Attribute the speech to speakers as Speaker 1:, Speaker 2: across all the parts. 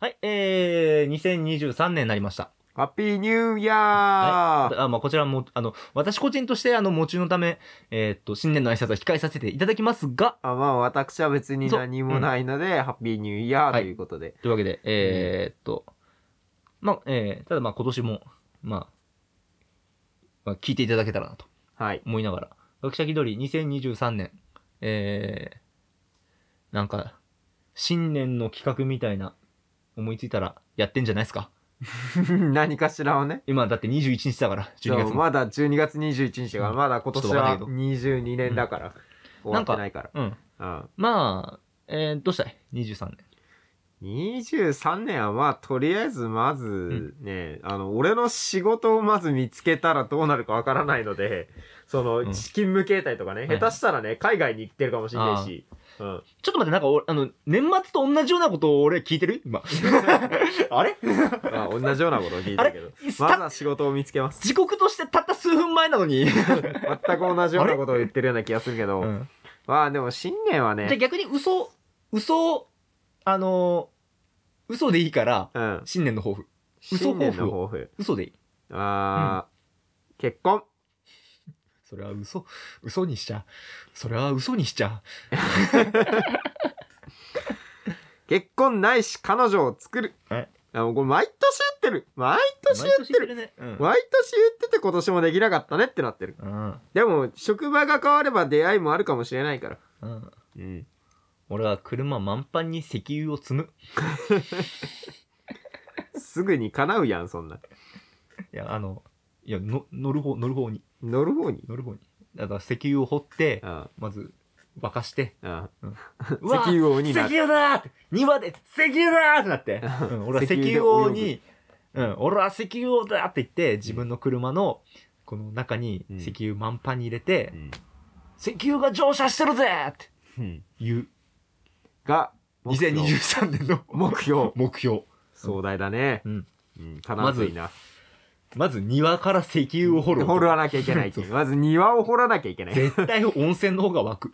Speaker 1: はい、えー、2023年になりました。
Speaker 2: ハッピーニューイヤー、
Speaker 1: あ、まあ、こちらも、あの、私個人として、あの、喪中のため、えーっと、新年の挨拶は控えさせていただきますが、
Speaker 2: あまあ私は別に何もないので、ハッピーニューイヤーということで。
Speaker 1: というわけで、えーっと、まあ、えー、ただまあ今年も、まあ、まあ、聞いていただけたらなと
Speaker 2: はい。
Speaker 1: 思いながら、学者気取り2023年、えー、なんか、新年の企画みたいな、思いついたらやってんじゃないですか
Speaker 2: 何かしらをね。
Speaker 1: 今だって21日だから、
Speaker 2: そ
Speaker 1: 12月
Speaker 2: う
Speaker 1: も。
Speaker 2: まだ12月21日だから、
Speaker 1: うん
Speaker 2: まだ今年
Speaker 1: ちょっとわかんない
Speaker 2: は
Speaker 1: けど
Speaker 2: 22年だから、終わってないから。
Speaker 1: うん。
Speaker 2: うん、
Speaker 1: まあ、えー、どうしたい ?23 年。
Speaker 2: 23年はまあとりあえずまずね、あの俺の仕事をまず見つけたらどうなるかわからないのでその
Speaker 1: うん
Speaker 2: 勤務形態とかね、
Speaker 1: はい
Speaker 2: 下手したらね海外に行ってるかもしれないし、うん、
Speaker 1: ちょっと待って、なんか俺、あの、年末と同じようなことを俺聞いてる今。あれ
Speaker 2: まあ同じようなことを聞いたけどまず
Speaker 1: た
Speaker 2: は仕事を見つけます
Speaker 1: 時刻としてたった数分前なのに。
Speaker 2: 全く同じようなことを言ってるような気がするけど、
Speaker 1: うん
Speaker 2: まあでも新年は
Speaker 1: じゃあ
Speaker 2: ね、
Speaker 1: 逆に嘘、嘘、あのー嘘でいいから、
Speaker 2: うん、
Speaker 1: 新年の抱負。嘘抱負を
Speaker 2: 新年の抱負
Speaker 1: 嘘でいい。
Speaker 2: あー、結婚
Speaker 1: それは嘘、嘘にしちゃう。それは嘘にしちゃ
Speaker 2: 結婚ないし彼女を作る
Speaker 1: はい
Speaker 2: あもうこれ毎年言ってる毎
Speaker 1: う。
Speaker 2: 年言ってる
Speaker 1: ね。うん。
Speaker 2: 毎年言ってて今年もできなかったねってなってる
Speaker 1: うん。
Speaker 2: でも職場が変われば出会いもあるかもしれないから
Speaker 1: うん。
Speaker 2: うん
Speaker 1: 俺は車満帆に石油を積む。
Speaker 2: すぐに叶うやんそんない
Speaker 1: や、あの、いや、の乗る方、乗る方に、
Speaker 2: 乗る方に
Speaker 1: 乗る方に。だから石油を掘って、
Speaker 2: あ
Speaker 1: まず、沸かして、
Speaker 2: ああ
Speaker 1: 石
Speaker 2: あ石油王になる
Speaker 1: 石油だーって庭で石油だーってなって、う
Speaker 2: う
Speaker 1: ん、俺は石油王に、うん、俺は石油王だって言って自分の車のこの中に
Speaker 2: うん
Speaker 1: 石油満帆に入れて、
Speaker 2: うん
Speaker 1: 石油が乗車してるぜーって
Speaker 2: うん
Speaker 1: いう
Speaker 2: が目標
Speaker 1: 2023年の
Speaker 2: 目標
Speaker 1: 目標
Speaker 2: 壮大だね
Speaker 1: うん
Speaker 2: うん叶わずいな
Speaker 1: まず庭から石油を掘る
Speaker 2: 掘らなきゃいけないっていうまず庭を掘らなきゃいけない
Speaker 1: 絶対温泉の方が湧 く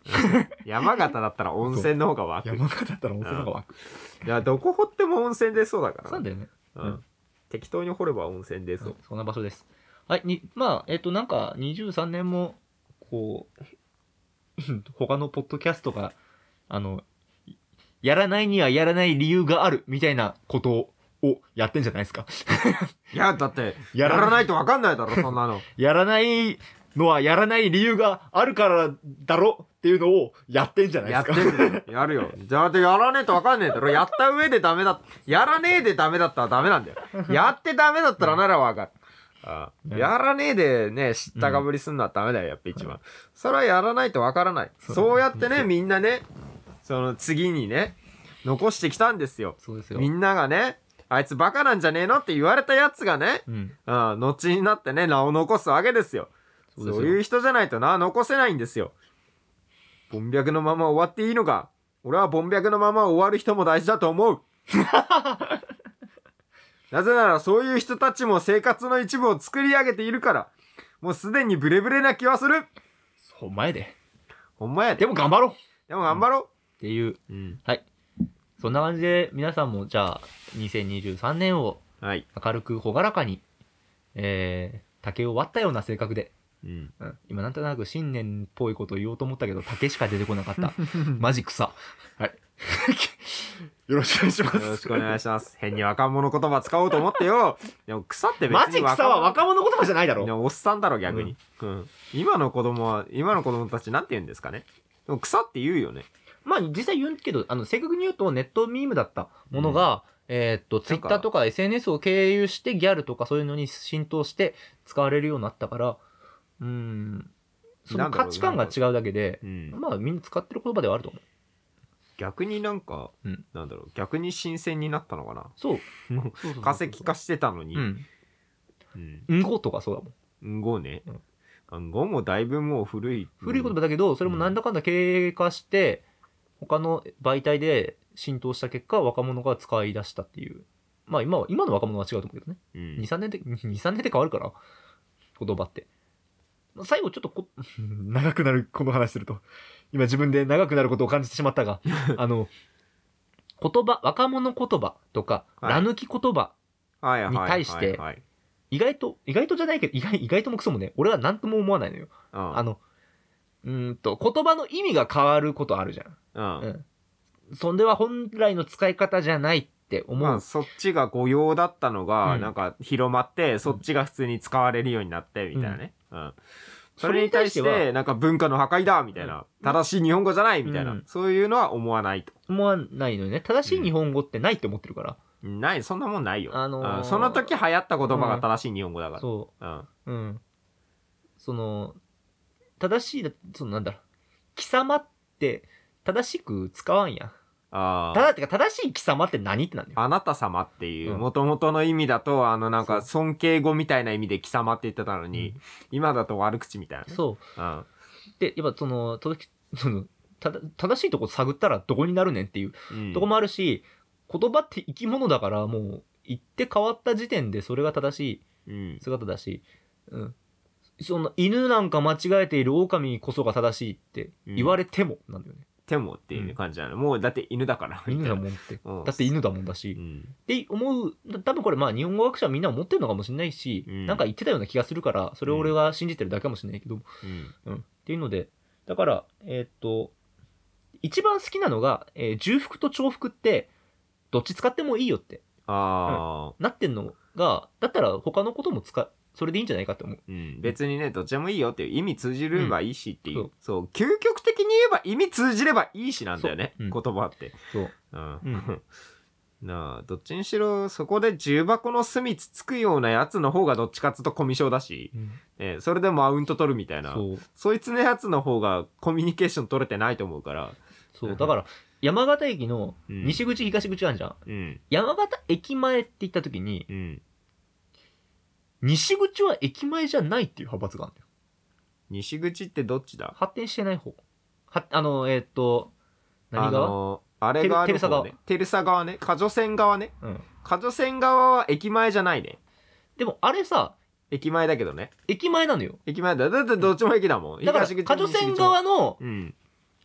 Speaker 2: 山形だったら温泉の方が湧く
Speaker 1: 山形だったら温泉の方が湧く
Speaker 2: いやどこ掘っても温泉出そうだか
Speaker 1: そうな
Speaker 2: ら
Speaker 1: ん
Speaker 2: な
Speaker 1: だよね
Speaker 2: う
Speaker 1: うん
Speaker 2: ん適当に掘れば温泉出
Speaker 1: そ
Speaker 2: そうう
Speaker 1: そんな場所です。はい、にまあ、えっ、と、なんか、23年も、こう、 他のポッドキャストが、あの、いやらないにはやらない理由がある、みたいなことを、やってんじゃないですか。
Speaker 2: いやだって
Speaker 1: や
Speaker 2: や
Speaker 1: ら
Speaker 2: らないと分かんないだろそんなの
Speaker 1: やらないのはやらない理由があるからだろっていうのをやってんじゃないで
Speaker 2: や
Speaker 1: す
Speaker 2: っ
Speaker 1: か
Speaker 2: て。るよ。やるよ。じゃあ、やらねえとわかんねえだろ。やった上でダメだ。やらねえでダメだったらダメなんだよ。やってダメだったらならわかる。ああ
Speaker 1: ね
Speaker 2: やらねえでね、知ったかぶりすんのはダメだよ、やっぱ一番。それはやらないとわからない。
Speaker 1: そう
Speaker 2: そうやってね、みんなね、その次にね、残してきたんですよ。
Speaker 1: そうですよ
Speaker 2: み。んながね、あいつバカなんじゃねえのって言われたやつがね、
Speaker 1: うん。
Speaker 2: うん、後になってね、名を残すわけですよ。
Speaker 1: そ
Speaker 2: そうう
Speaker 1: ですよ
Speaker 2: いう人じゃないとな、残せないんですよ。ボンのまま終わっていいのか俺はボンのまま終わる人も大事だと 思う。なぜならそういう人たちも生活の一部を作り上げているから、もうすでにブレブレな気はする。
Speaker 1: そう、前で。
Speaker 2: ほんまやで。
Speaker 1: でも頑張ろうっ
Speaker 2: でも頑張ろ
Speaker 1: ていう。
Speaker 2: う。うん。
Speaker 1: そんな感じで、皆さんも、じゃあ、2023年を
Speaker 2: はい。
Speaker 1: 明るく朗らかに、えー、竹を割ったような性格で、
Speaker 2: うん。
Speaker 1: うん、今なんとなく新年っぽいことを言おうと思ったけど、竹しか出てこなか った。マジ草。はい。よろしくお願いしま
Speaker 2: よ
Speaker 1: す。
Speaker 2: ろしくお願いし ます。変に若者言葉使おうと思ってよ。でも草って別に
Speaker 1: マジ草は
Speaker 2: 若
Speaker 1: 若者言葉じゃないだ
Speaker 2: いや
Speaker 1: ろ。
Speaker 2: おっさんだろ逆に、うん今の子供は今の子供たちなんて言うんですかねでも草って言うよね
Speaker 1: まあ実際言うけど、あの、正確に言うとネットミームだったものが、えーっと、ツイ
Speaker 2: なん
Speaker 1: ッ
Speaker 2: か
Speaker 1: ターとか SNS を経由してギャルとかそういうのに浸透して使われるようになったから、うーん、その
Speaker 2: なんだろ
Speaker 1: 価
Speaker 2: う
Speaker 1: 値観が違うだけで、
Speaker 2: うん
Speaker 1: まあみんな使ってる言葉ではあると思う。
Speaker 2: 逆になんか、
Speaker 1: うん
Speaker 2: なんだろう逆に新鮮になったのかな
Speaker 1: そう。そう
Speaker 2: もう
Speaker 1: そうそうそう
Speaker 2: 化石化してたのに
Speaker 1: う
Speaker 2: うん
Speaker 1: ん。うんことかそうだもん。
Speaker 2: うんごね
Speaker 1: うん
Speaker 2: うんごもだいぶもう古い
Speaker 1: 古い言葉
Speaker 2: と
Speaker 1: だけど、それもなんだかんだ経過して、他の媒体で浸透した結果、若者が使い出したっていう。まあ今は、今の若者は違うと思うけどね。
Speaker 2: う
Speaker 1: 2、
Speaker 2: ん
Speaker 1: 3年で、2、3年で 変わるから、言葉って。最後ちょっとこ、 長 くなる、この話すると。今自分で長くなることを感じてしまったが、あの、言葉、若者言葉とか、
Speaker 2: はい
Speaker 1: ら抜き言葉、
Speaker 2: はいはいはい、はい。
Speaker 1: に対して
Speaker 2: はい、
Speaker 1: 意外と、意外とじゃないけど、意外意外ともクソもね、俺は何とも思わないのよ。
Speaker 2: うん
Speaker 1: あの、うーんと、言葉の意味が変わることあるじゃん。
Speaker 2: うん。
Speaker 1: そんでは本来の使い方じゃないって思う。
Speaker 2: まあ、そっちが御用だったのが、
Speaker 1: うん
Speaker 2: なんか広まって、そっちが普通に使われるようになって、みたいなね。うん。それに対し
Speaker 1: それに対して
Speaker 2: て、なんか文化の破壊だみたい
Speaker 1: う
Speaker 2: な、
Speaker 1: ん
Speaker 2: 正しい日本語じゃないみたいな、
Speaker 1: うん
Speaker 2: そういうのは思わないと。
Speaker 1: 思わないのよね。正しい日本語ってないって思ってるから。
Speaker 2: ない、そんなもんないよ。
Speaker 1: あのー
Speaker 2: うんその時流行った言葉が正しい日本語だから。
Speaker 1: そ
Speaker 2: うん。
Speaker 1: う。うん。その、正しい、そのなんだろう、貴様って正しく使わんや。
Speaker 2: あ
Speaker 1: た
Speaker 2: ー
Speaker 1: だってか正しい貴様って何ってなんだよ。
Speaker 2: あなた様っていう、
Speaker 1: うん
Speaker 2: もともとの意味だと、あの、なんか、
Speaker 1: そ
Speaker 2: 尊敬語みたいな意味で貴様って言ってたのに、
Speaker 1: う
Speaker 2: 今だと悪口みたいなね。
Speaker 1: そう。
Speaker 2: うん。
Speaker 1: で、やっぱその、とそのただ正しいとこ探ったらどこになるねんっていう
Speaker 2: うん
Speaker 1: とこもあるし、言葉って生き物だからもう言って変わった時点でそれが正しい
Speaker 2: うん。
Speaker 1: 姿だし、うん、その犬なんか間違えている狼こそが正しいって言われてもなんだよね、
Speaker 2: てもっていう感じなの。もう、だって犬だから。
Speaker 1: 犬だも
Speaker 2: ん。
Speaker 1: んって
Speaker 2: うん
Speaker 1: だって犬だもんだ
Speaker 2: う
Speaker 1: し、
Speaker 2: ん。
Speaker 1: って思う多分これまあ日本語学者はみんな思ってるのかもしれないし、
Speaker 2: うん
Speaker 1: なんか言ってたような気がするからそれを俺は信じてるだけかもしれないけど、
Speaker 2: うん。
Speaker 1: うん、っていうのでだからえーっと一番好きなのが、えー重複と重複ってどっち使ってもいいよって
Speaker 2: ああ、
Speaker 1: なってんのがだったら他のことも使それでいいんじゃないかって思う
Speaker 2: うん。別にね、どっちでもいいよっていう意味通じればいいしっていう。
Speaker 1: うん
Speaker 2: そう。究極的に言えば意味通じればいいしなんだよね。
Speaker 1: そううん
Speaker 2: 言葉って。
Speaker 1: そう
Speaker 2: うん
Speaker 1: うん
Speaker 2: なあどっちにしろそこで重箱の隅つつくようなやつの方がどっちかっつうとコミュ障だし、ええそれでマウント取るみたいなそ
Speaker 1: そう
Speaker 2: いつのやつの方がコミュニケーション取れてないと思うから、
Speaker 1: そううんだから山形駅の
Speaker 2: うん、
Speaker 1: 西口東口あるじゃん、
Speaker 2: うん
Speaker 1: 山形駅前って言った時に
Speaker 2: うん
Speaker 1: 西口は駅前じゃないっていう派閥があるんだよ
Speaker 2: 西口ってどっちだ
Speaker 1: 発展してない方はあのえーっと何
Speaker 2: あ
Speaker 1: 側、
Speaker 2: のあれ側
Speaker 1: テルテ
Speaker 2: の
Speaker 1: ルサ
Speaker 2: 方
Speaker 1: 側
Speaker 2: ねテルサ側ね加女線側ね
Speaker 1: うん、
Speaker 2: 加女線側は駅前じゃないね
Speaker 1: でもあれさ
Speaker 2: 駅前だけどね
Speaker 1: 駅前なのよ
Speaker 2: 駅前だだってどっちも駅だもん
Speaker 1: だから
Speaker 2: 東口も
Speaker 1: 加女
Speaker 2: 西口
Speaker 1: 線
Speaker 2: も
Speaker 1: 側の
Speaker 2: うん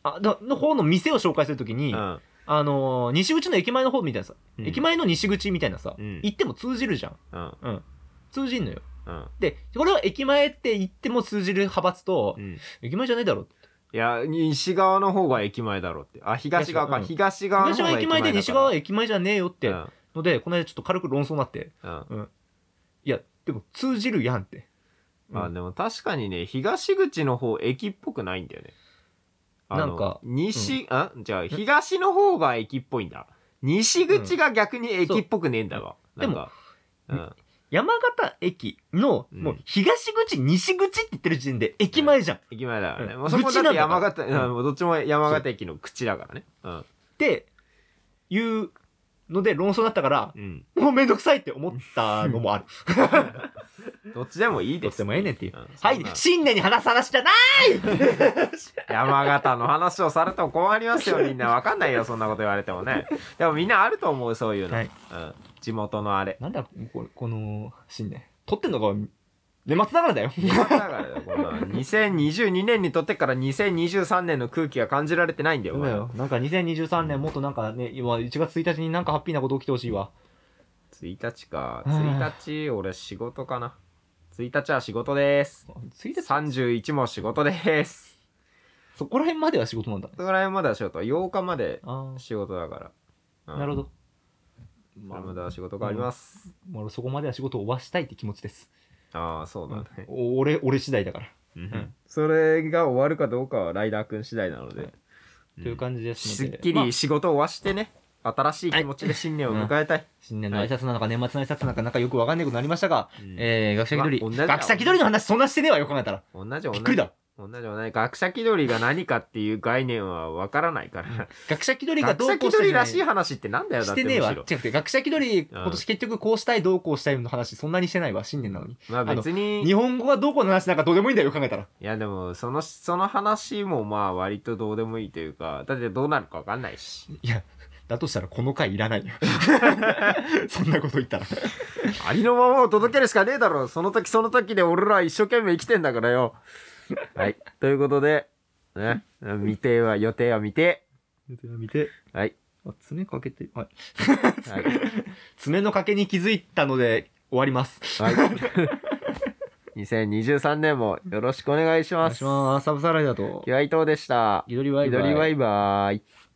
Speaker 1: あだの方の店を紹介するとき
Speaker 2: う
Speaker 1: に、
Speaker 2: ん、
Speaker 1: あのー西口の駅前の方みたいなさ、
Speaker 2: うん、
Speaker 1: 駅前の西口みたいなさ、
Speaker 2: うん
Speaker 1: 行っても通じるじゃん
Speaker 2: うん
Speaker 1: 通じんのよ
Speaker 2: うん
Speaker 1: でこれは駅前って言っても通じる派閥と、
Speaker 2: うん
Speaker 1: 駅前じゃないだろ
Speaker 2: いや、西側の方が駅前だろうって。あ、東側か。東側の
Speaker 1: 東
Speaker 2: 方
Speaker 1: は
Speaker 2: が
Speaker 1: 駅前で西側は駅前じゃねえよっ
Speaker 2: 駅
Speaker 1: て
Speaker 2: 前だか
Speaker 1: ので、この間ちょっと軽く論争になって
Speaker 2: ら。うん。
Speaker 1: いやでも通じるやんって、
Speaker 2: うん。あ、
Speaker 1: うん
Speaker 2: でも確かにね、東口の方、駅っぽくないんだよね。あの
Speaker 1: なんか
Speaker 2: 西、あじゃあ、東の方が駅っぽいんだ。西口が逆に駅っぽくねえんだわ。
Speaker 1: うん
Speaker 2: なんか。
Speaker 1: で
Speaker 2: うん
Speaker 1: 山形駅の
Speaker 2: うん
Speaker 1: もう東口西口って言ってる時点で駅前じゃん、
Speaker 2: 駅前だからね。
Speaker 1: うん
Speaker 2: もうそこだ
Speaker 1: 口
Speaker 2: っ
Speaker 1: なん
Speaker 2: て
Speaker 1: だから
Speaker 2: 山形、
Speaker 1: うん
Speaker 2: うんもうどっちも山形駅の口だからね。うん。
Speaker 1: っていうので論争になったから
Speaker 2: うん。
Speaker 1: もうめんどくさいって思ったのもある
Speaker 2: どっちでもいいです。
Speaker 1: どっちでもええねんっていうんは
Speaker 2: そ
Speaker 1: い
Speaker 2: んな
Speaker 1: 新年に話す話じゃない
Speaker 2: 山形の話をされても困りますよ みんなわかんないよそんなこと言われてもねでもみんなあると思うそういうの、
Speaker 1: はい
Speaker 2: うん、地元のあれ
Speaker 1: なんだこれこの新年撮ってんのが年末だからだよ
Speaker 2: だからだよこの2022年にとってから2023年の空気が感じられてないんだよ
Speaker 1: そうだよなんか2023年もっとなんかね今1月1日になんかハッピーなこと起きてほしいわ
Speaker 2: お前1日か
Speaker 1: うん
Speaker 2: 1日俺仕事かな1日は仕事です
Speaker 1: 1日
Speaker 2: 31も仕事です
Speaker 1: そこら辺までは仕事なんだね
Speaker 2: そこら辺までは仕事8日まで
Speaker 1: あ
Speaker 2: 仕事だから、
Speaker 1: あなるほ
Speaker 2: ど
Speaker 1: どまあ
Speaker 2: まだ仕事があります、
Speaker 1: まあそこまでは仕事を終わしたいって気持ちです、
Speaker 2: ああそうだね、
Speaker 1: お俺俺次第だから、
Speaker 2: うんそれが終わるかどうかはライダーくん次第なので、
Speaker 1: はいという感じです
Speaker 2: す
Speaker 1: の
Speaker 2: っ
Speaker 1: で
Speaker 2: き
Speaker 1: まあ
Speaker 2: り仕事を終わしてね新しい気持ちで新年を迎えたい、
Speaker 1: 新年の挨拶なのか年末の挨拶なのかなんかよくわかんないことになりましたが、
Speaker 2: うん
Speaker 1: えー、学者気取り、
Speaker 2: まあ同じだ
Speaker 1: 学者気取りの話そんなしてねえわよ考えたら
Speaker 2: 同じ同
Speaker 1: び
Speaker 2: じ
Speaker 1: っくりだ
Speaker 2: 同じ同じ学者気取りが何かっていう概念はわからないから
Speaker 1: 学者気取りが
Speaker 2: 学
Speaker 1: どう
Speaker 2: 者
Speaker 1: こ
Speaker 2: 気
Speaker 1: うした
Speaker 2: 取
Speaker 1: じ
Speaker 2: り
Speaker 1: ゃな
Speaker 2: ら
Speaker 1: い
Speaker 2: しい話ってなんだよだ
Speaker 1: し
Speaker 2: ってて
Speaker 1: ねえわ
Speaker 2: む
Speaker 1: 違
Speaker 2: しろ
Speaker 1: う違う学者気取り今年結局こうしたいどうこうしたいの話そんなにしてないわ新年なのに
Speaker 2: まあ別に
Speaker 1: 日
Speaker 2: い
Speaker 1: 本語がどうこうの話なんかどうでもいいんだよ考えたら
Speaker 2: やでもそのその話もまあ割とどうでもいいというかだってどうなるかわかんないし
Speaker 1: いやだとしたらこの回いら ないよそんなこと言ったら
Speaker 2: ありのままを届けるしかねえだろその時その時で俺らは一生懸命生きてんだからよ。はい。ということで、ね、未定は予定は未定。
Speaker 1: 見て
Speaker 2: はい。
Speaker 1: あ爪かけて、はい。
Speaker 2: はい。
Speaker 1: 爪のかけに気づいたので終わります。
Speaker 2: はい。2023年もよろしくお願いし
Speaker 1: お願
Speaker 2: ま
Speaker 1: い
Speaker 2: す。
Speaker 1: します。サブサライダーと
Speaker 2: キ、ワイトーでした。
Speaker 1: 緑ワイ
Speaker 2: 緑
Speaker 1: バイ
Speaker 2: バイバイ。